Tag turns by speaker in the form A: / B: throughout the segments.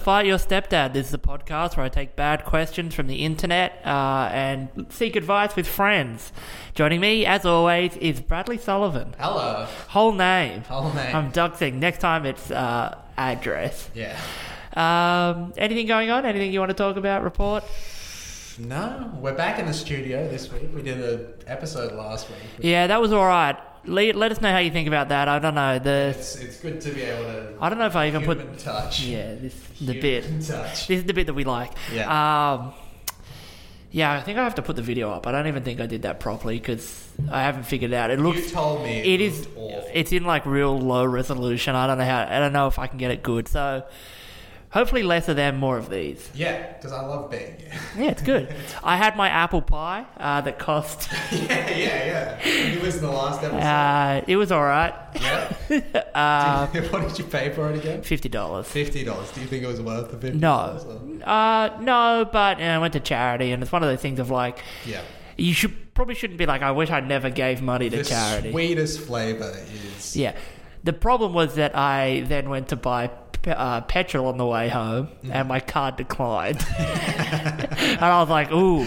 A: Fight Your Stepdad. This is a podcast where I take bad questions from the internet uh, and seek advice with friends. Joining me, as always, is Bradley Sullivan.
B: Hello.
A: Whole name.
B: Whole name.
A: I'm doxing. Next time it's uh, address.
B: Yeah.
A: Um, anything going on? Anything you want to talk about? Report?
B: No, we're back in the studio this week. We did an episode last week.
A: Yeah, that was all right. Le- let us know how you think about that. I don't know. The
B: It's it's good to be able to.
A: I don't know if I even put-
B: human touch.
A: yeah, this the
B: Human
A: bit.
B: touch.
A: This is the bit that we like.
B: Yeah.
A: Um, yeah, I think I have to put the video up. I don't even think I did that properly because I haven't figured it out. It
B: You
A: looks.
B: told me
A: It is.
B: looked awful.
A: It's in like real low resolution. I don't know how. I don't know if I can get it good. So, hopefully, less of them, more of these.
B: yeah, because I love being here.
A: Yeah, it's good. I had my apple pie uh, that cost.
B: yeah, yeah, yeah. You listened to the last episode.
A: Uh, it was all right.
B: yeah. what did you pay for it again?
A: Fifty dollars.
B: Fifty dollars. Do you think it was worth the fifty? dollars or-
A: No, uh, no, but you know, I went to charity, and it's one of those things of like,
B: Yeah.
A: you should probably shouldn't be like, I wish I never gave money to
B: The
A: charity.
B: sweetest flavor is.
A: Yeah. The problem was that I then went to buy pe- uh, petrol on the way home
B: Mm-hmm.
A: and my card declined. and I was like, ooh,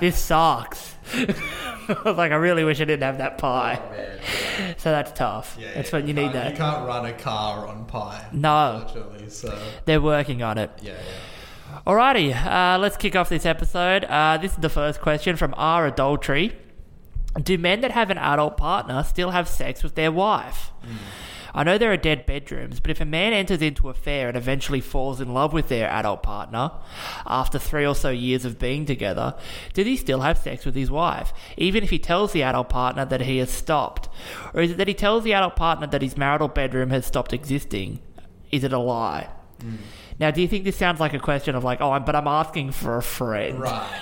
A: this sucks. I was like, I really wish I didn't have that pie.
B: Oh, Man.
A: So that's tough.
B: Yeah,
A: that's
B: yeah,
A: what you need
B: can't- You
A: that.
B: can't run a car on pie.
A: No,
B: Unfortunately, so
A: they're working on it.
B: yeah, yeah.
A: Alrighty, uh, let's kick off this episode. Uh, this is the first question from R. Adultery. Do men that have an adult partner still have sex with their wife? I know there are dead bedrooms, but if a man enters into affair and eventually falls in love with their adult partner after three or so years of being together, did he still have sex with his wife, even if he tells the adult partner that he has stopped? Or is it that he tells the adult partner that his marital bedroom has stopped existing? Is it a lie? Now, do you think this sounds like a question of like, oh, I'm, but I'm asking for a friend?
B: Right.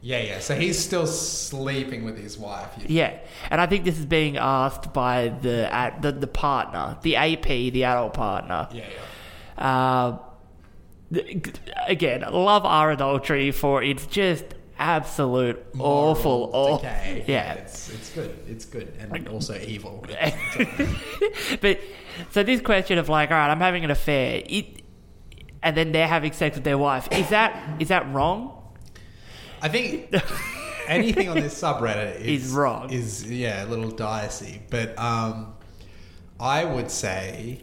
B: Yeah, yeah. So he's still sleeping with his wife. You-
A: Yeah, and I think this is being asked by the at the, the partner, the AP, the adult partner.
B: Yeah, yeah.
A: Uh, th- again, love our adultery for it's just absolute awful,
B: Moral
A: awful.
B: decay.
A: Yeah.
B: It's, it's good. It's good. And also evil.
A: but so this question of like, all right, I'm having an affair, it, and then they're having sex with their wife. Is that is that wrong?
B: I think anything on this subreddit is,
A: Is wrong.
B: Is, yeah, a little dicey. But um, I would say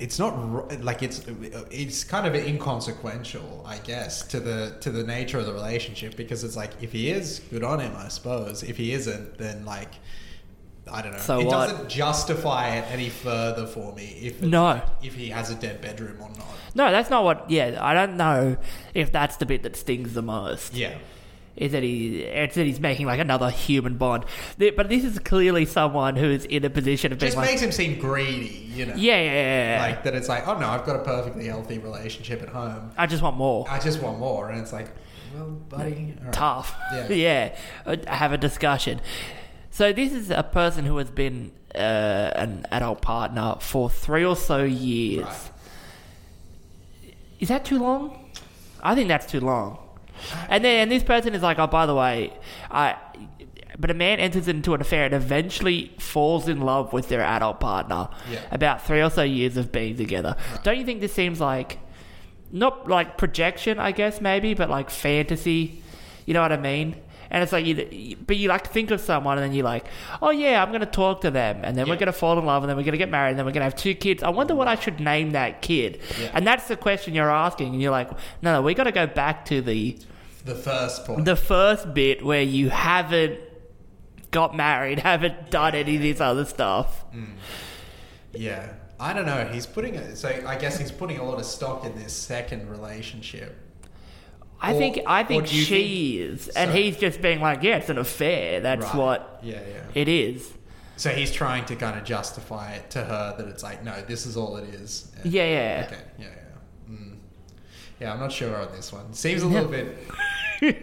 B: it's not ro- like it's it's kind of inconsequential, I guess, to the to the nature of the relationship because it's like if he is good on him, I suppose. If he isn't, then like I don't know.
A: So
B: it
A: what?
B: doesn't justify it any further for me if it-
A: No.
B: if he has a dead bedroom or not.
A: No, that's not what. Yeah, I don't know if that's the bit that stings the most.
B: Yeah.
A: is that he it's that he's making like another human bond. Th- But this is clearly someone who is in a position of being
B: Just
A: like,
B: makes him seem greedy, you know.
A: yeah, yeah, yeah, yeah.
B: like that it's like oh no i've got a perfectly healthy relationship at home
A: I just want more.
B: i just want more and it's like well buddy all right.
A: Tough.
B: Yeah.
A: Yeah. Uh, Have a discussion. So this is a person who has been uh, an adult partner for three or so years.
B: Right.
A: Is that too long? I think that's too long. And then and this person is like, oh, by the way, I. But a man enters into an affair and eventually falls in love with their adult partner.
B: Yeah.
A: About three or so years of being together. Don't you think this seems like, not like projection, I guess maybe, but like fantasy. You know what I mean? And it's like, you, but you like think of someone and then you're like, oh yeah, I'm gonna talk to them, and then we're
B: Yeah.
A: gonna fall in love, and then we're gonna get married, and then we're gonna have two kids. I wonder what I should name that kid.
B: Yeah.
A: And that's the question you're asking, and you're like, no, no, we got to go back to the
B: the first point
A: the first bit where you haven't got married, haven't done any of this other stuff.
B: yeah i don't know he's putting a, so i guess he's putting a lot of stock in this second relationship
A: I
B: Or-
A: think I
B: or
A: think
B: do you
A: she is, and
B: Sorry.
A: he's just being like, yeah, it's an affair. That's
B: Right.
A: what
B: yeah yeah
A: it is.
B: so he's trying to kind of justify it to her that it's like no this is all it is And-
A: Yeah, yeah.
B: okay yeah yeah mm. yeah i'm not sure on this one seems a little bit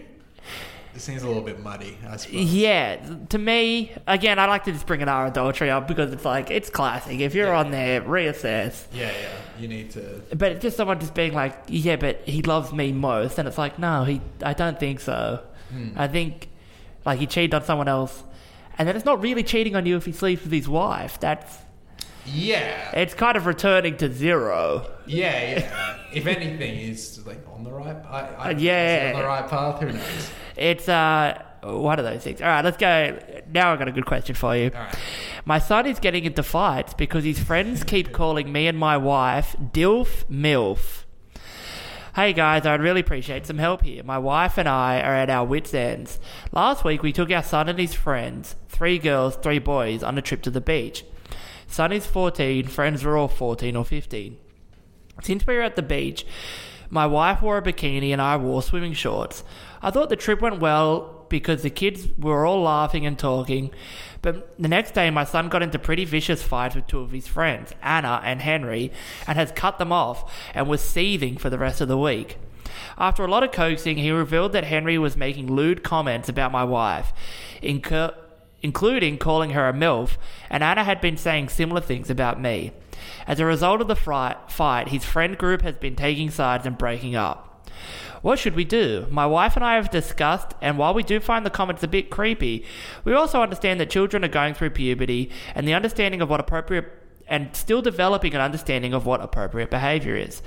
B: it seems a little bit muddy i suppose
A: Yeah, to me, again, I like to just bring an R adultery up because it's like it's classic. If you're
B: Yeah.
A: on there, reassess.
B: yeah yeah you need to
A: But it's just someone just being like, yeah, but he loves me most, and it's like, no, he, I don't think so.
B: Hmm.
A: I think, like, he cheated on someone else, and then it's not really cheating on you if he sleeps with his wife. That's
B: Yeah,
A: It's kind of returning to zero.
B: yeah, yeah. if anything, is like on the right. I, I,
A: Uh, yeah.
B: is it on the right path. Who knows?
A: It's uh one of those things. All right, let's go. Now I've got a good question for you.
B: All right.
A: My son is getting into fights because his friends keep calling me and my wife DILF MILF. Hey guys, I'd really appreciate some help here. My wife and I are at our wits' ends. Last week we took our son and his friends, three girls, three boys, on a trip to the beach. Son is 14, friends were all 14 or 15. Since we were at the beach, my wife wore a bikini and I wore swimming shorts. I thought the trip went well because the kids were all laughing and talking. But the next day, my son got into pretty vicious fights with two of his friends, Anna and Henry, and has cut them off and was seething for the rest of the week. After a lot of coaxing, he revealed that Henry was making lewd comments about my wife, incur- including calling her a MILF, and Anna had been saying similar things about me. As a result of the fri- fight, his friend group has been taking sides and breaking up. What should we do? My wife and I have discussed, and while we do find the comments a bit creepy, we also understand that children are going through puberty and the understanding of what appropriate and still developing an understanding of what appropriate behavior is.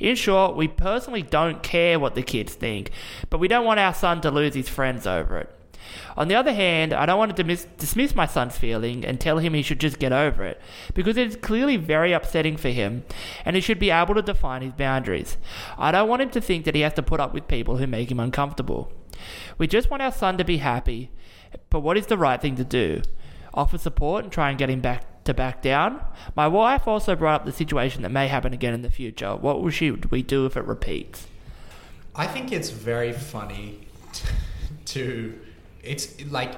A: In short, we personally don't care what the kids think, but we don't want our son to lose his friends over it. On the other hand, I don't want to dismiss, dismiss my son's feeling and tell him he should just get over it, because it is clearly very upsetting for him, and he should be able to define his boundaries. I don't want him to think that he has to put up with people who make him uncomfortable. We just want our son to be happy, but what is the right thing to do? Offer support and try and get him back to back down? My wife also brought up the situation that may happen again in the future. What will she, we do if it repeats?
B: I think it's very funny t- to. It's like.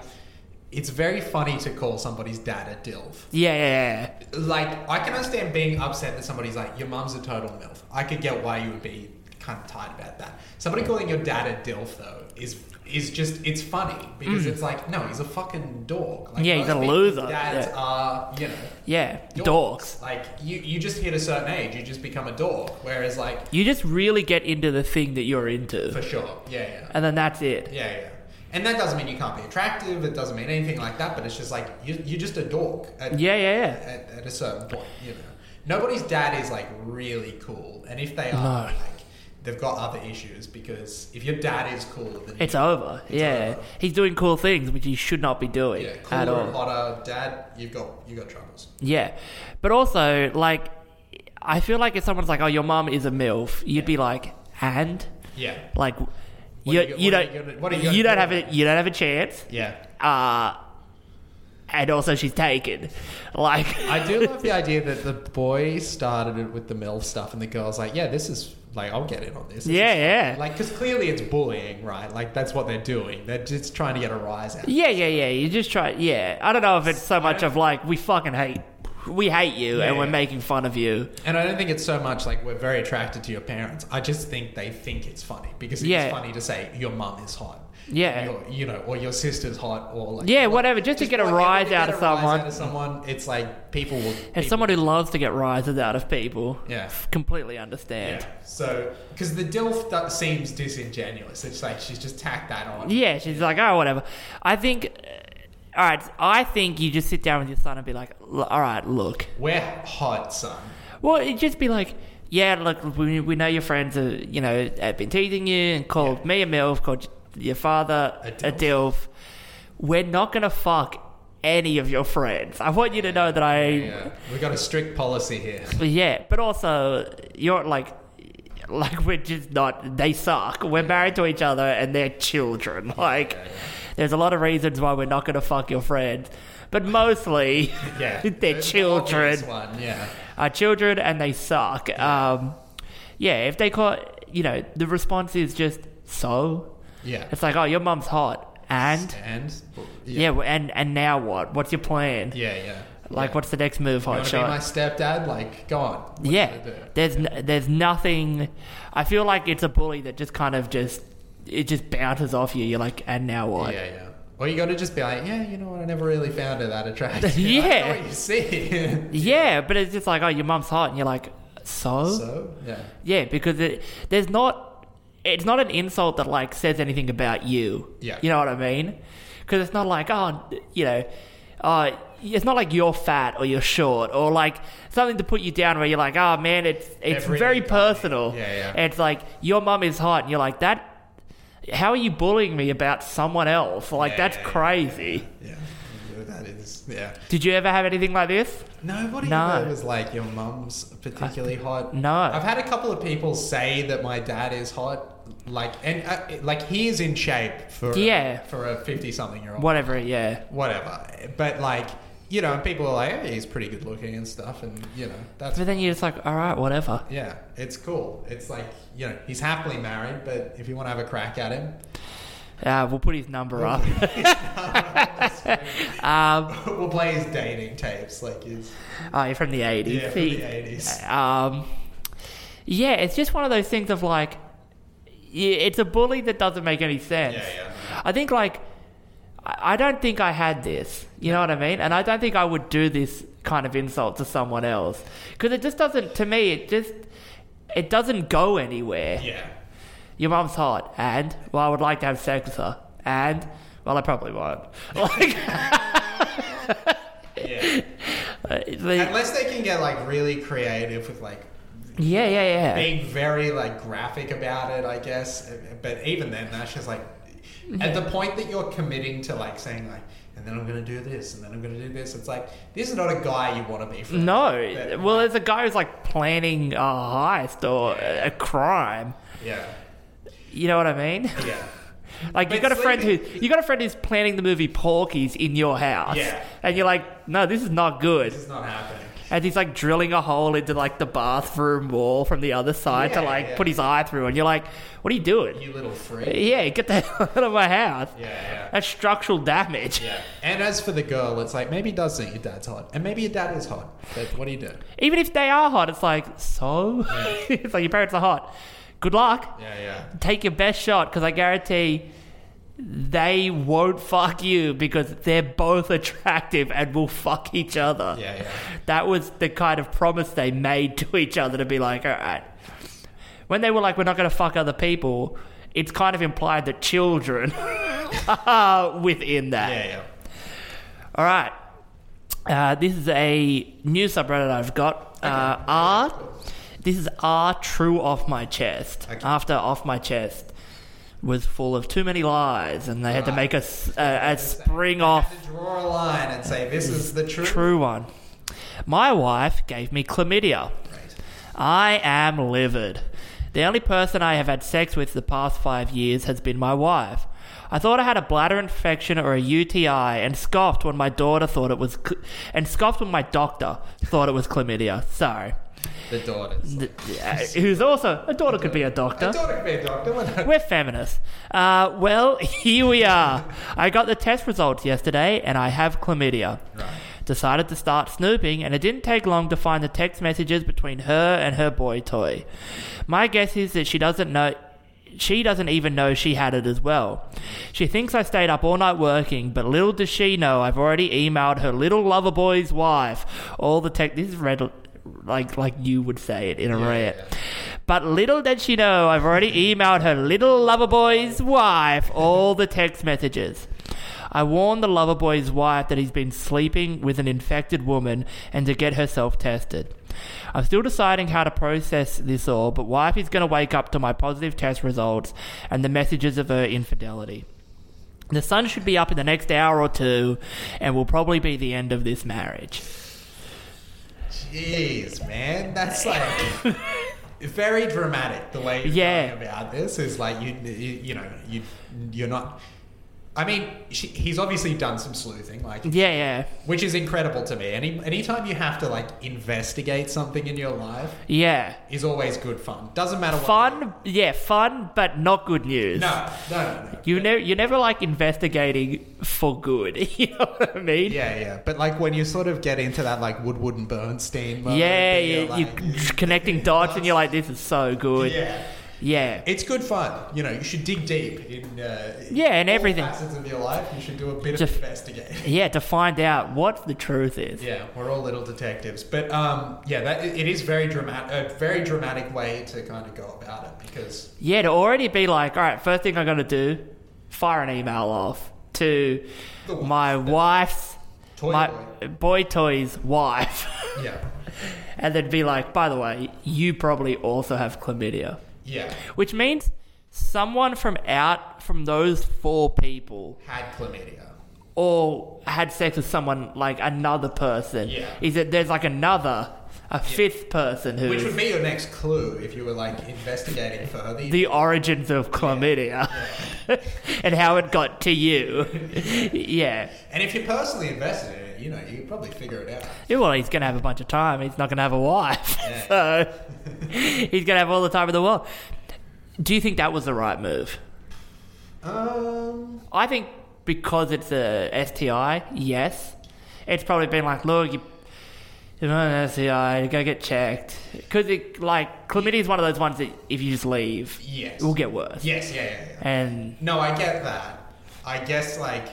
B: It's very funny to call somebody's dad a DILF.
A: Yeah.
B: Like, I can understand being upset that somebody's like, your mum's a total MILF. I could get why you would be kind of tired about that. Somebody calling your dad a DILF, though, is is just, it's funny because it's like, no, he's a fucking dork. Like,
A: Mm. Yeah, he's
B: most
A: a
B: people's
A: loser,
B: Dads
A: yeah.
B: are, you know,
A: Yeah. Dorks.
B: Like, you, you just hit a certain age, you just become a dork. Whereas, like,
A: You just really get into the thing that you're
B: for
A: into,
B: sure, yeah, yeah.
A: and then that's it.
B: Yeah, yeah. And that doesn't mean you can't be attractive. It doesn't mean anything like that. But it's just like you, you're just a dork at,
A: Yeah, yeah, yeah.
B: at, at a certain point. You know, nobody's dad is like really cool, and if they
A: No.
B: are, like they've got other issues because if your dad is cool, then
A: It's over. yeah,
B: over.
A: he's doing cool things which he should not be doing
B: yeah,
A: at
B: cooler,
A: all.
B: hotter dad, you've got you have got troubles.
A: Yeah, but also like, I feel like if someone's like, "Oh, your mum is a milf," you'd be like, "And
B: Yeah,
A: like,
B: are
A: you,
B: you-
A: you,
B: what are
A: don't
B: you
A: you,
B: gonna- what are you gonna
A: don't
B: do
A: have
B: about
A: a you don't have a chance."
B: yeah.
A: Uh, and also she's taken. Like,
B: I do love the idea that the boy started it with the MILF stuff, and the girl's like, "Yeah, this is like I'll get in on this." This is
A: yeah, yeah.
B: Like, because clearly it's bullying, right? Like, that's what they're doing. They're just trying to get a rise out.
A: Yeah, yeah, yeah. You just try. Yeah, I don't know if it's so much of like we fucking hate, we hate you, and
B: Yeah.
A: we're making fun of you.
B: And I don't think it's so much like we're very attracted to your parents. I just think they think it's funny because it's
A: Yeah.
B: funny to say your mum is hot.
A: Yeah.
B: Your, you know, or your sister's hot, or like.
A: Yeah,
B: like,
A: whatever, just to get a
B: whatever,
A: rise
B: to
A: out
B: get
A: of
B: a rise
A: someone.
B: out of someone, it's like people will.
A: As
B: people-
A: someone who loves to get rises out of people,
B: Yeah.
A: f- completely understand.
B: Yeah. So, because the DILF that seems disingenuous. It's like she's just tacked that on.
A: Yeah. she's like, oh, whatever. I think. Uh, all right, I think you just sit down with your son and be like, "L- all right, look.
B: We're hot, son.
A: Well, it'd just be like, yeah, look, we, we know your friends are, you know, have been teasing you and called me a MILF, called your father
B: A
A: a
B: dilf.
A: DILF. We're not going to fuck any of your friends. I want you to know that I.
B: Yeah. We've got a strict policy here.
A: But yeah, but also, you're like. Like we're just not. They suck. We're married to each other, and they're children. Like, there's a lot of reasons why we're not gonna fuck your friends, but mostly,
B: Yeah.
A: they're
B: The
A: children
B: obvious One, yeah.
A: are children and they suck. Um, yeah, if they call, you know, the response is just so.
B: Yeah.
A: It's like, oh, your mum's hot, and
B: And
A: yeah, w and and now what? What's your plan?
B: yeah, yeah.
A: Like,
B: yeah.
A: what's the next move,
B: You
A: hot
B: want to be my
A: shot?
B: stepdad? Like, go on. What
A: Yeah,
B: you gonna do?
A: there's n- there's nothing. I feel like it's a bully that just kind of just it just bounces off you. You're like, and now what?
B: Yeah, yeah. Or you got to just be like, yeah, you know what? I never really found her that attractive. I
A: Yeah.
B: know what you see.
A: Yeah, but it's just like, oh, your mum's hot, and you're like,
B: so yeah,
A: Yeah, because it, there's not. It's not an insult that like says anything about you.
B: Yeah.
A: You know what I mean? Because it's not like oh, you know, uh, it's not like you're fat or you're short or like something to put you down where you're like, oh man, it's it's
B: Everything
A: very
B: got me.
A: personal.
B: Yeah, yeah.
A: And it's like your mum is hot, and you're like that. How are you bullying me about someone else? Like
B: Yeah,
A: that's
B: yeah, yeah,
A: crazy.
B: Yeah, that is. Yeah.
A: Did you ever have anything like this?
B: Nobody
A: No.
B: ever was like your mum's particularly hot.
A: no.
B: I've had a couple of people say that my dad is hot. Like and uh, like he is in shape for
A: Yeah.
B: for a fifty something year old.
A: Whatever. Yeah.
B: Whatever. But like you know, and people are like, "Hey, he's pretty good looking and stuff, and you know that's
A: But then you're just like, all right, whatever.
B: yeah, it's cool. It's like you know he's happily married, but if you want to have a crack at him,
A: Uh, we'll put his number up. um,
B: we'll play his dating tapes. Like his
A: oh, you're from the 80s.
B: yeah, from the eighties.
A: um, yeah, it's just one of those things of like, yeah, it's a bully that doesn't make any sense.
B: Yeah, yeah.
A: I think like, I I don't think I had this. You know what I mean? And I don't think I would do this kind of insult to someone else because it just doesn't. To me, it just it doesn't go anywhere.
B: Yeah.
A: Your mum's hot, and well, I would like to have sex with her, and well, I probably won't. Like,
B: Yeah.
A: uh, the-
B: Unless they can get like really creative with like
A: yeah, yeah, yeah.
B: being very like graphic about it, I guess. But even then, that's just like at the point that you're committing to like saying like, and then I'm gonna do this, and then I'm gonna do this. It's like this is not a guy you want to be. For
A: No. Well, there's a guy who's like planning a heist or a a crime.
B: yeah,
A: You know what I mean?
B: yeah.
A: Like you
B: But
A: got a friend who
B: sleeping-
A: you got a friend who's planning the movie Porky's in your house,
B: Yeah.
A: and you're like, no, this is not good.
B: This is not happening.
A: And he's like drilling a hole into like the bathroom wall from the other side to
B: Yeah,
A: like
B: yeah.
A: put his eye through, and you're like, what are you doing?
B: You little freak.
A: Yeah, get the hell out of my house.
B: Yeah, yeah.
A: That's structural damage.
B: Yeah. And as for the girl, it's like maybe he does think your dad's hot, and maybe your dad is hot. But what do you do?
A: Even if they are hot, it's like so. it's like your parents are hot. Good luck.
B: Yeah, yeah.
A: take your best shot because I guarantee they won't fuck you because they're both attractive and will fuck each other.
B: Yeah, yeah.
A: That was the kind of promise they made to each other to be like, all right. When they were like, we're not going to fuck other people, it's kind of implied that children are within that.
B: Yeah, yeah.
A: All right. Uh, this is a new subreddit I've got. Uh, R. This is R true off my chest.
B: Okay.
A: After off my chest was full of too many lies, and they had to
B: Right.
A: make a, s- a, a spring off
B: Have to draw a line and say this is the truth.
A: true one. My wife gave me chlamydia.
B: Right.
A: I am livid. The only person I have had sex with the past five years has been my wife. I thought I had a bladder infection or a UTI and scoffed when my daughter thought it was, cl- and scoffed when my doctor thought it was chlamydia. Sorry.
B: The daughters.
A: Th- uh, Who's also, a daughter could be a doctor.
B: I thought it'd be a doctor. Why not?
A: We're feminists. Uh, well, here we are. I got the test results yesterday and I have chlamydia.
B: Right.
A: Decided to start snooping, and it didn't take long to find the text messages between her and her boy toy. My guess is that she doesn't know. She doesn't even know she had it as well. She thinks I stayed up all night working, but little does she know I've already emailed her little lover boy's wife all the text. This is red, like like you would say it in a rant. But little did she know I've already emailed her little lover boy's wife all the text messages. I warned the lover boy's wife that he's been sleeping with an infected woman and to get herself tested. I'm still deciding how to process this all, but wife is going to wake up to my positive test results and the messages of her infidelity. The sun should be up in the next hour or two and will probably be the end of this marriage.
B: Jeez, man, that's like very dramatic. The way you're
A: Yeah.
B: talking about this is like you, you, you know, you, you're not. I mean, she, he's obviously done some sleuthing, like,
A: Yeah, yeah.
B: which is incredible to me. Any anytime you have to like investigate something in your life
A: Yeah.
B: is always good fun. Doesn't matter what.
A: Fun, yeah, fun, but not good news.
B: No, no, no. no.
A: You never, you're never like investigating for good. You know what I mean?
B: Yeah, yeah, but like when you sort of get into that like Woodward and Bernstein, mode,
A: Yeah,
B: then
A: you,
B: you're
A: you're
B: like,
A: connecting dots, and you're like, "This is so good." Yeah,
B: yeah.
A: yeah,
B: It's good fun. You know, you should dig deep in uh,
A: Yeah, in
B: all
A: everything.
B: facets of your life. You should do a bit
A: Just-
B: of investigating.
A: to find out what the truth is.
B: Yeah, we're all little detectives, but um, yeah, that it is very dramatic, a very dramatic way to kind of go about it because
A: Yeah, to already be like, "All right, first thing I'm gonna do, fire an email off to
B: The wife.
A: my wife's
B: Toy
A: my
B: boy.
A: boy toy's wife,
B: Yeah.
A: and then be like, by the way, you probably also have chlamydia,
B: Yeah.
A: which means someone from out from those four people
B: Had chlamydia.
A: all had sex with someone like another person.
B: Yeah.
A: Is that there's like another a fifth person who
B: Which
A: is
B: would be your next clue if you were like investigating further. You'd
A: the origins of chlamydia and how it got to you. yeah.
B: And if you're personally invested in it, you know, you could probably figure it out.
A: Yeah, Well, he's going to have a bunch of time. He's not going to have a wife.
B: Yeah.
A: so he's going to have all the time in the world. Do you think that was the right move?
B: Um,
A: I think because it's a STI, yes. It's probably been like, look, you, you're not an STI, go get checked. Because, like, chlamydia is one of those ones that if you just leave,
B: yes.
A: it will get worse.
B: Yes, yeah, yeah, yeah.
A: And
B: No, I get that. I guess like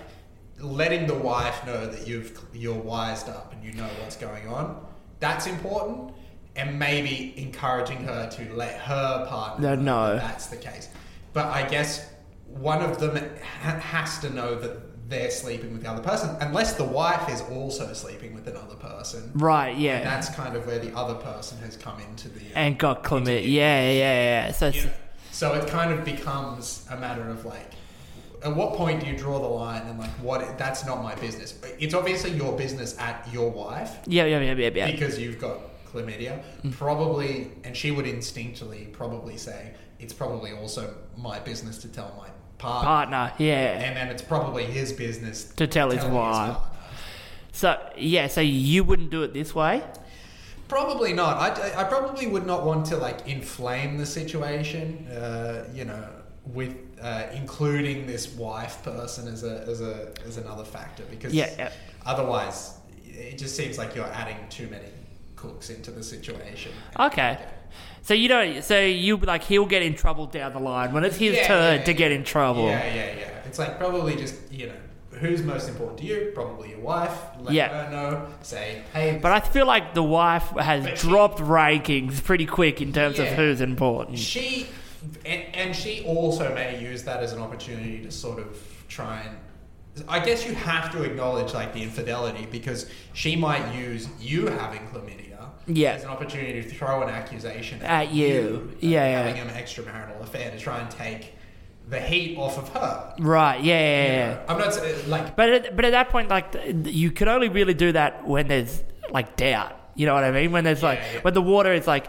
B: letting the wife know that you've you're wised up and you know what's going on. That's important, and maybe encouraging her to let her partner.
A: No, no.
B: that that's the case. But I guess one of them ha- has to know that they're sleeping with the other person, unless the wife is also sleeping with another person.
A: right, yeah.
B: And that's kind of where the other person has come into the.
A: and got chlamydia. Yeah, yeah, yeah. So it's,
B: Yeah. So it kind of becomes a matter of like, at what point do you draw the line and like what? That's not my business. It's obviously your business at your wife
A: yeah, yeah, yeah, yeah, yeah. Mm.
B: because you've got chlamydia, probably, and she would instinctually probably say it's probably also my business to tell my partner,
A: Partner, yeah.
B: and then it's probably his business
A: To tell his wife.
B: partner.
A: So yeah, so you wouldn't do it this way.
B: Probably not. I, I probably would not want to like inflame the situation, uh, you know, with uh, including this wife person as a as a as another factor because
A: Yeah, yeah.
B: otherwise it just seems like you're adding too many cooks into the situation.
A: Okay. So you don't. So you like he'll get in trouble down the line when it's his
B: Yeah,
A: turn
B: yeah,
A: to get
B: yeah.
A: in trouble.
B: Yeah, yeah, yeah. It's like probably just you know who's most important to you. Probably your wife. Let
A: Yeah.
B: her know. Say hey.
A: But I feel like the wife has
B: But she-
A: dropped rankings pretty quick in terms of
B: Yeah.
A: who's important.
B: She and, and she also may use that as an opportunity to sort of try and. I guess you have to acknowledge like the infidelity because she might use you having chlamydia
A: Yeah.
B: as an opportunity to throw an accusation
A: At you.
B: of
A: Yeah, yeah.
B: having an extramarital affair to try and take the heat off of her.
A: Right? Yeah, yeah, yeah.
B: I'm not saying, like
A: But at, but at that point, like th- you can only really do that when there's like doubt. You know what I mean? When there's like
B: yeah.
A: when the water is like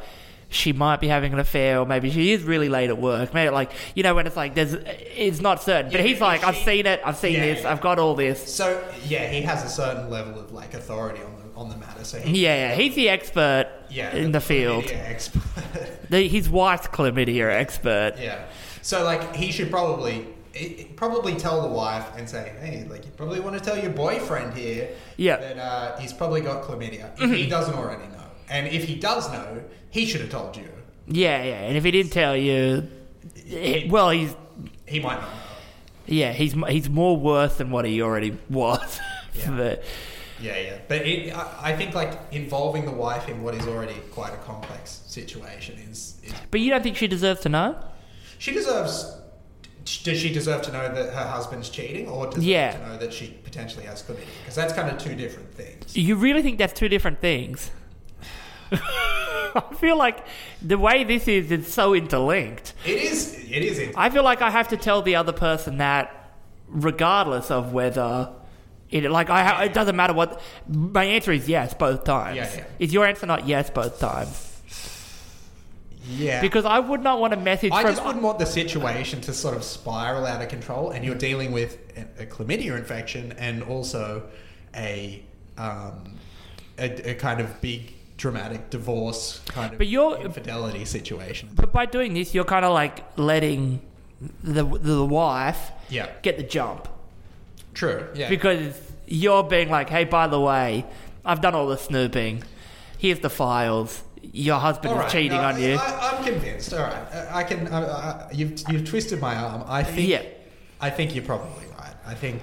A: she might be having an affair, or maybe she is really late at work. Maybe like you know when it's like there's it's not certain. But
B: Yeah,
A: he's
B: but
A: like,
B: she-
A: I've seen it, I've seen
B: Yeah,
A: this,
B: yeah.
A: I've got all this.
B: so yeah, he has a certain level of like authority on the on the matter. So he,
A: Yeah, yeah, he's the expert
B: yeah,
A: in the, field.
B: chlamydia expert.
A: The, his wife's chlamydia expert.
B: Yeah. So like he should probably i- i- probably tell the wife and say, hey, like you probably want to tell your boyfriend here
A: Yeah. Mm-hmm.
B: that uh, he's probably got chlamydia. If he doesn't already know, and if he does know, he should have told you.
A: Yeah, yeah. And if he didn't tell you, eh, well, he's
B: He might not. know.
A: yeah, he's m- he's more worse than what he already was.
B: Yeah.
A: But-
B: Yeah, yeah. But it, I, I think like involving the wife in what is already quite a complex situation is. is
A: but you don't think she deserves to know?
B: she deserves. Does she deserve to know that her husband's cheating, or does
A: Yeah.
B: she know that she potentially has chlamydia? Because that's kind of two different things.
A: You really think that's two different things? I feel like the way this is, it's so interlinked.
B: It is. It is.
A: I feel like I have to tell the other person that, regardless of whether it like I ha- it doesn't matter what my answer is yes both times.
B: Yeah, yeah.
A: Is your answer not yes both times?
B: Yeah.
A: Because I would not want a message
B: I
A: from
B: just wouldn't want the situation to sort of spiral out of control, and you're dealing with a, a chlamydia infection and also a, um, a a kind of big dramatic divorce kind of
A: But you're-
B: infidelity situation.
A: But by doing this, you're kind of like letting the the wife
B: Yeah,
A: get the jump.
B: true. Yeah,
A: because you're being like, hey, by the way, I've done all the snooping. Here's the files. Your husband
B: All right,
A: is cheating
B: no,
A: on you.
B: I, I'm convinced. All right, I, I can. I, I, you've you've twisted my arm. I think.
A: Yeah.
B: I think you're probably right. I think.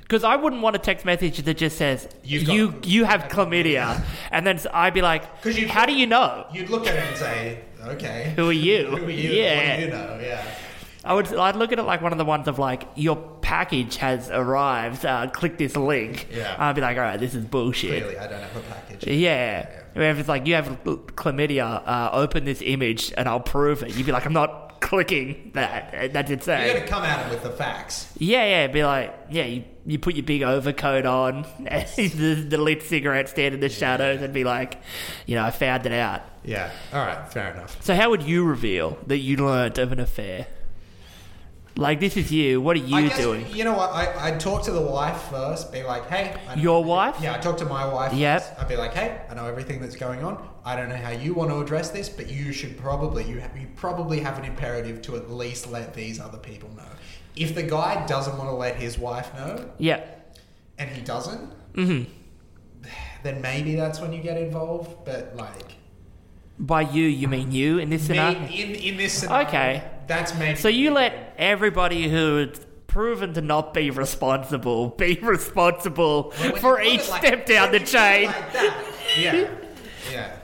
A: Because I wouldn't want a text message that just says,
B: You've got-
A: you you have chlamydia. and then I'd be like,
B: 'Cause you-
A: how do you know?
B: You'd look at it and say, "Okay,
A: Who are you?
B: Who are you?
A: Yeah.
B: What do you know? Yeah,
A: I would, I'd look at it like one of the ones of like, your package has arrived. Uh, click this link.
B: Yeah.
A: I'll be like, all right, this is bullshit.
B: Clearly, I don't have a package.
A: Yeah. Where if it's like, you have l- chlamydia, uh, open this image and I'll prove it. You'd be like, I'm not clicking that. That's insane.
B: You gotta come at it with the facts.
A: Yeah, yeah, be like, yeah, you, you put your big overcoat on, and the, the lit cigarette stand in the shadows, and be like, you know, I found it out.
B: Yeah. All right. Fair enough.
A: So, how would you reveal that you learnt of an affair? Like, this is you. What are you
B: I guess,
A: doing?
B: You know what? I, I'd talk to the wife first, be like, hey. I know
A: Your
B: everything-
A: wife?
B: Yeah, I'd talk to my wife
A: Yep.
B: first. I'd be like, hey, I know everything that's going on. I don't know how you want to address this, but you should probably, you, have, you probably have an imperative to at least let these other people know. If the guy doesn't want to let his wife know,
A: Yeah.
B: and he doesn't,
A: Mm-hmm.
B: then maybe that's when you get involved. But like,
A: By you, you mean you in this scenario?
B: me, in, in this scenario,
A: Okay.
B: that's maybe.
A: So, you let everybody who's proven to not be responsible be responsible
B: But when
A: for
B: you put
A: each
B: it like-
A: step down the
B: when you put it
A: chain.
B: like that, yeah, yeah.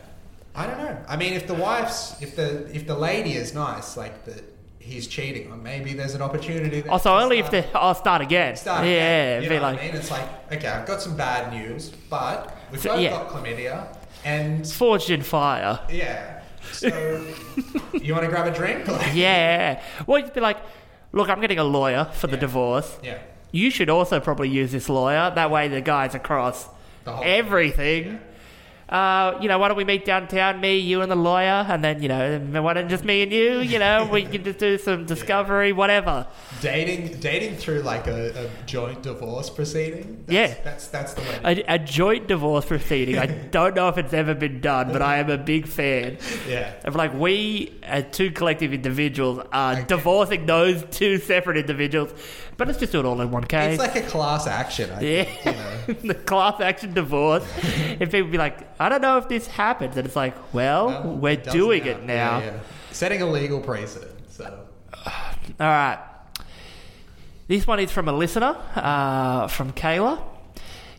B: I don't know. I mean, if the wife's, if the if the lady is nice, like that, he's cheating on. Maybe there's an opportunity. there
A: Also,
B: to
A: Oh, only if
B: start-
A: the I'll start again.
B: start
A: yeah,
B: again. You
A: be
B: know what
A: like
B: I mean, it's like okay, I've got some bad news, but we've
A: So,
B: both
A: yeah.
B: got chlamydia, and
A: forged in fire.
B: yeah. So you want to grab a drink? Like,
A: Yeah. Well, you'd be like, look, I'm getting a lawyer for the
B: Yeah.
A: divorce.
B: yeah.
A: You should also probably use this lawyer. That way, the guys across
B: The whole
A: everything. Uh, you know, why don't we meet downtown? Me, you, and the lawyer, and then you know, why don't just me and you? You know, we can just do some discovery, whatever.
B: Dating, dating through like a, a joint divorce proceeding. That's,
A: Yeah.
B: that's that's the way. to
A: A, a joint divorce proceeding. I don't know if it's ever been done, but I am a big fan.
B: Yeah.
A: of like we as two collective individuals are
B: Okay.
A: divorcing those two separate individuals, but let's just do it all in one case.
B: It's like a class action. I
A: yeah,
B: Think, you know.
A: the class action divorce, and people be like, "I don't know if this happens," and it's like, "Well,
B: No,
A: we're
B: Um, it does
A: doing
B: now.
A: it now."
B: Yeah, yeah. Setting a legal precedent. So
A: All right, this one is from a listener uh, from Kayla.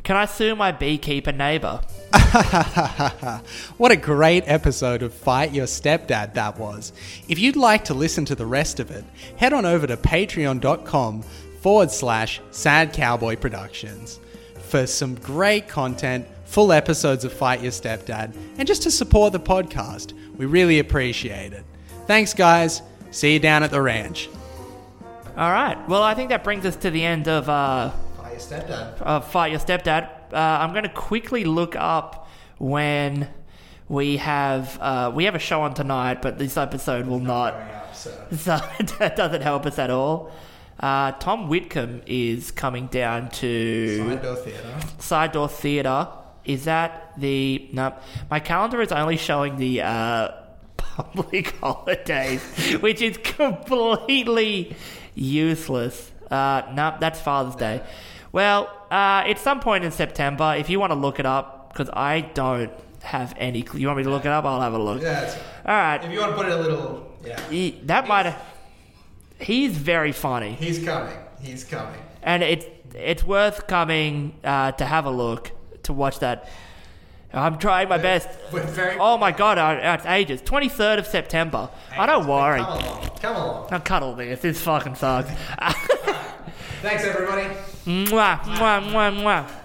A: Can I sue my beekeeper neighbor?
B: what a great episode of Fight Your Stepdad that was. If you'd like to listen to the rest of it, head on over to patreon.com forward slash sad cowboy productions for some great content, full episodes of Fight Your Stepdad, and just to support the podcast. We really appreciate it. Thanks, guys. See you down at the ranch.
A: All right. Well, I think that brings us to the end of. Uh,
B: Fight Your Stepdad.
A: uh, fight your stepdad. Uh, I'm going to quickly look up when we have uh, we have a show on tonight, but this episode will not. So that doesn't help us at all. Uh, Tom Whitcomb is coming down to
B: Theatre.
A: Side Door Theatre. Is that the no? My calendar is only showing the uh, public holidays, which is completely useless. Uh, no, that's Father's Day. Well, uh, it's some point in September. If you want to look it up, because I don't have any. cl- You want me to look it up? I'll have a look.
B: Yeah, it's,
A: All right.
B: if you want to put it a little, yeah.
A: He- that might. have... He's very funny.
B: He's coming. He's coming.
A: and it's it's worth coming uh, to have a look to watch that. I'm trying my best.
B: We're very.
A: Oh my god, I- it's ages. 23rd of September. I don't worry.
B: Come along. Come along.
A: I'll cut all this. This fucking sucks. Ah,
B: Thanks, everybody.
A: mwah, mwah, mwah, mwah.